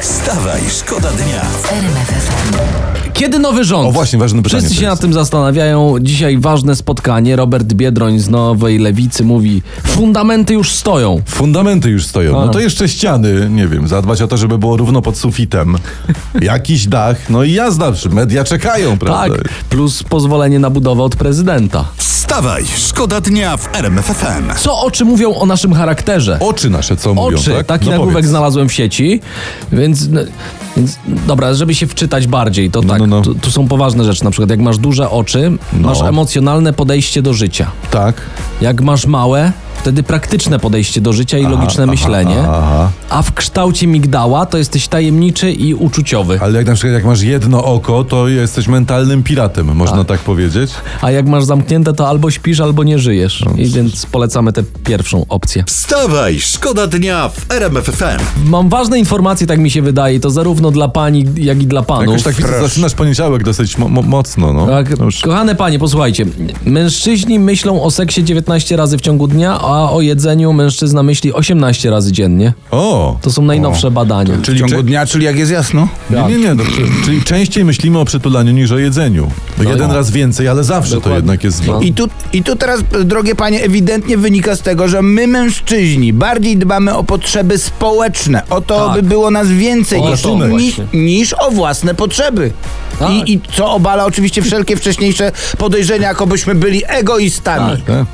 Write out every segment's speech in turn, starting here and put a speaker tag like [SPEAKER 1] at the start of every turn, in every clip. [SPEAKER 1] Wstawaj, szkoda dnia.
[SPEAKER 2] Kiedy nowy rząd?
[SPEAKER 3] O właśnie, ważne pytanie
[SPEAKER 2] Wszyscy
[SPEAKER 3] to
[SPEAKER 2] się
[SPEAKER 3] jest.
[SPEAKER 2] nad tym zastanawiają. Dzisiaj ważne spotkanie. Robert Biedroń z Nowej Lewicy mówi, fundamenty już stoją. Tak,
[SPEAKER 3] Fundamenty już stoją.
[SPEAKER 2] A.
[SPEAKER 3] No to jeszcze ściany, nie wiem, zadbać o to, żeby było równo pod sufitem. Jakiś dach, no i jazda, przy- media czekają, prawda?
[SPEAKER 2] Tak, plus pozwolenie na budowę od prezydenta.
[SPEAKER 1] Wstawaj, szkoda dnia w RMFFM.
[SPEAKER 2] Co oczy mówią o naszym charakterze?
[SPEAKER 3] Oczy nasze co mówią,
[SPEAKER 2] Oczy,
[SPEAKER 3] tak?
[SPEAKER 2] taki
[SPEAKER 3] no
[SPEAKER 2] nagłówek
[SPEAKER 3] powiedz.
[SPEAKER 2] znalazłem w sieci, więc, no, więc dobra, żeby się wczytać bardziej, to tak,
[SPEAKER 3] no, no.
[SPEAKER 2] Tu, tu są poważne rzeczy, na przykład jak masz duże oczy, masz emocjonalne podejście do życia.
[SPEAKER 3] Tak.
[SPEAKER 2] Jak masz małe, wtedy praktyczne podejście do życia i logiczne myślenie.
[SPEAKER 3] aha.
[SPEAKER 2] A w kształcie migdała to jesteś tajemniczy i uczuciowy.
[SPEAKER 3] Ale jak na przykład jak masz jedno oko, to jesteś mentalnym piratem, można tak powiedzieć.
[SPEAKER 2] A jak masz zamknięte, to albo śpisz, albo nie żyjesz.
[SPEAKER 3] No,
[SPEAKER 2] I więc polecamy tę pierwszą opcję.
[SPEAKER 1] Wstawaj, szkoda dnia w RMFFM.
[SPEAKER 2] Mam ważne informacje, tak mi się wydaje, to zarówno dla pani, jak i dla panów.
[SPEAKER 3] Jakoś tak widzę, zaczynasz poniedziałek dosyć mo- mo- mocno, no.
[SPEAKER 2] Tak,
[SPEAKER 3] No już-
[SPEAKER 2] kochane panie, posłuchajcie. Mężczyźni myślą o seksie 19 razy w ciągu dnia, a o jedzeniu mężczyzna myśli 18 razy dziennie.
[SPEAKER 3] O!
[SPEAKER 2] To są najnowsze badania.
[SPEAKER 4] Czyli w ciągu
[SPEAKER 3] czy-
[SPEAKER 4] dnia, czyli jak jest jasno?
[SPEAKER 2] Tak.
[SPEAKER 3] Nie, nie, nie. no, czy- czyli częściej myślimy o przytulaniu niż o jedzeniu. To jeden raz więcej, ale zawsze
[SPEAKER 2] No Dokładnie.
[SPEAKER 3] to jednak jest...
[SPEAKER 2] No.
[SPEAKER 4] I tu, I tu teraz, e, drogie panie, ewidentnie wynika z tego, że my mężczyźni bardziej dbamy o potrzeby społeczne, o to,
[SPEAKER 2] Tak.
[SPEAKER 4] by było nas więcej
[SPEAKER 2] O
[SPEAKER 4] niż,
[SPEAKER 2] to
[SPEAKER 4] niż,
[SPEAKER 2] właśnie.
[SPEAKER 4] niż o własne potrzeby.
[SPEAKER 2] Tak.
[SPEAKER 4] I, I co obala oczywiście wszelkie wcześniejsze podejrzenia, jakobyśmy byli egoistami.
[SPEAKER 3] Tak?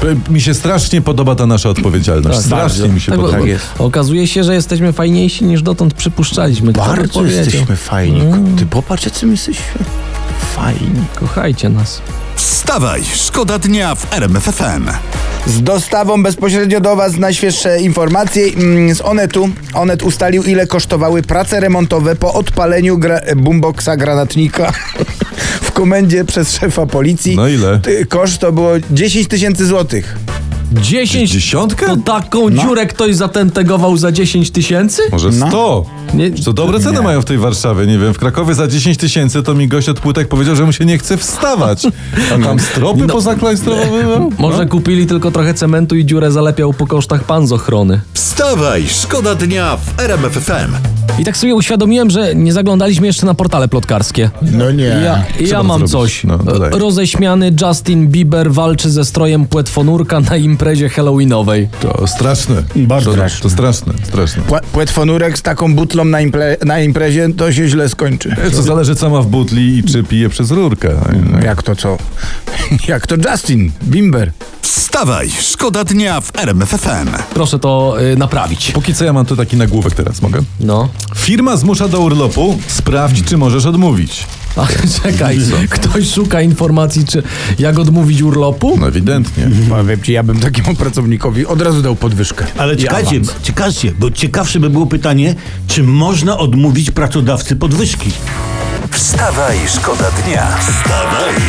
[SPEAKER 3] P- Mi się strasznie podoba ta nasza odpowiedzialność. strasznie
[SPEAKER 4] bardzo.
[SPEAKER 3] mi się
[SPEAKER 2] Tak, bo,
[SPEAKER 3] podoba.
[SPEAKER 4] tak jest.
[SPEAKER 2] Okazuje się, że jesteśmy fajniejsi niż dotąd przypuszczaliśmy. Kto by powiedział? Mm.
[SPEAKER 4] fajni. Ty popatrz, jacy my jesteśmy fajni.
[SPEAKER 2] Kochajcie nas.
[SPEAKER 1] Wstawaj, szkoda dnia w RMFFM.
[SPEAKER 4] Z dostawą bezpośrednio do Was najświeższe informacje mm, z Onetu. Onet ustalił, ile kosztowały prace remontowe po odpaleniu gra- boomboxa granatnika w komendzie przez szefa policji.
[SPEAKER 3] No ile?
[SPEAKER 4] Ty- Koszt to było 10 tysięcy złotych.
[SPEAKER 2] 10
[SPEAKER 3] Dziesiątkę?
[SPEAKER 2] To taką dziurę ktoś zatentegował za 10 tysięcy?
[SPEAKER 3] Może 100?
[SPEAKER 2] Nie-
[SPEAKER 3] To dobre ceny
[SPEAKER 4] Nie.
[SPEAKER 3] mają w tej Warszawie, nie wiem. W Krakowie za 10 tysięcy to mi gość od płytek powiedział, że mu się nie chce wstawać. A tam stropy No.
[SPEAKER 2] No.
[SPEAKER 3] pozaklajstrowowywał?
[SPEAKER 2] Może
[SPEAKER 1] No.
[SPEAKER 2] kupili tylko trochę cementu i dziurę zalepiał po kosztach pan z ochrony.
[SPEAKER 1] Wstawaj, szkoda dnia w RMFFM.
[SPEAKER 2] I tak sobie uświadomiłem, że nie zaglądaliśmy jeszcze na portale plotkarskie.
[SPEAKER 4] No nie.
[SPEAKER 2] Ja, ja
[SPEAKER 3] Trzeba
[SPEAKER 2] mam
[SPEAKER 3] zrobić.
[SPEAKER 2] coś.
[SPEAKER 3] No,
[SPEAKER 2] E,
[SPEAKER 3] dalej.
[SPEAKER 2] Roześmiany Justin Bieber walczy ze strojem płetwonurka na imprezie Halloweenowej.
[SPEAKER 3] To straszne.
[SPEAKER 4] Bardzo
[SPEAKER 3] to,
[SPEAKER 4] straszne.
[SPEAKER 3] To straszne, straszne.
[SPEAKER 4] Pła- płetwonurek z taką butlą na, impre- na imprezie to się źle skończy.
[SPEAKER 3] To zależy E, co ma w butli i czy pije przez rurkę.
[SPEAKER 4] No Jak to co? Jak to Justin Bimber.
[SPEAKER 1] Wstawaj, szkoda dnia w RMFFM.
[SPEAKER 2] Proszę to y, naprawić.
[SPEAKER 3] Póki co ja mam tu taki nagłówek teraz, mogę?
[SPEAKER 2] No.
[SPEAKER 3] Firma zmusza do urlopu, sprawdź czy możesz odmówić.
[SPEAKER 2] A, czekaj, ktoś szuka informacji, czy jak odmówić urlopu?
[SPEAKER 3] No ewidentnie.
[SPEAKER 4] Powiem ci, ja bym takiemu pracownikowi od razu dał podwyżkę.
[SPEAKER 5] Ale
[SPEAKER 4] I
[SPEAKER 5] czekajcie,
[SPEAKER 4] awans.
[SPEAKER 5] czekajcie, bo ciekawsze by było pytanie, czy można odmówić pracodawcy podwyżki?
[SPEAKER 1] Wstawaj, szkoda dnia. Wstawaj,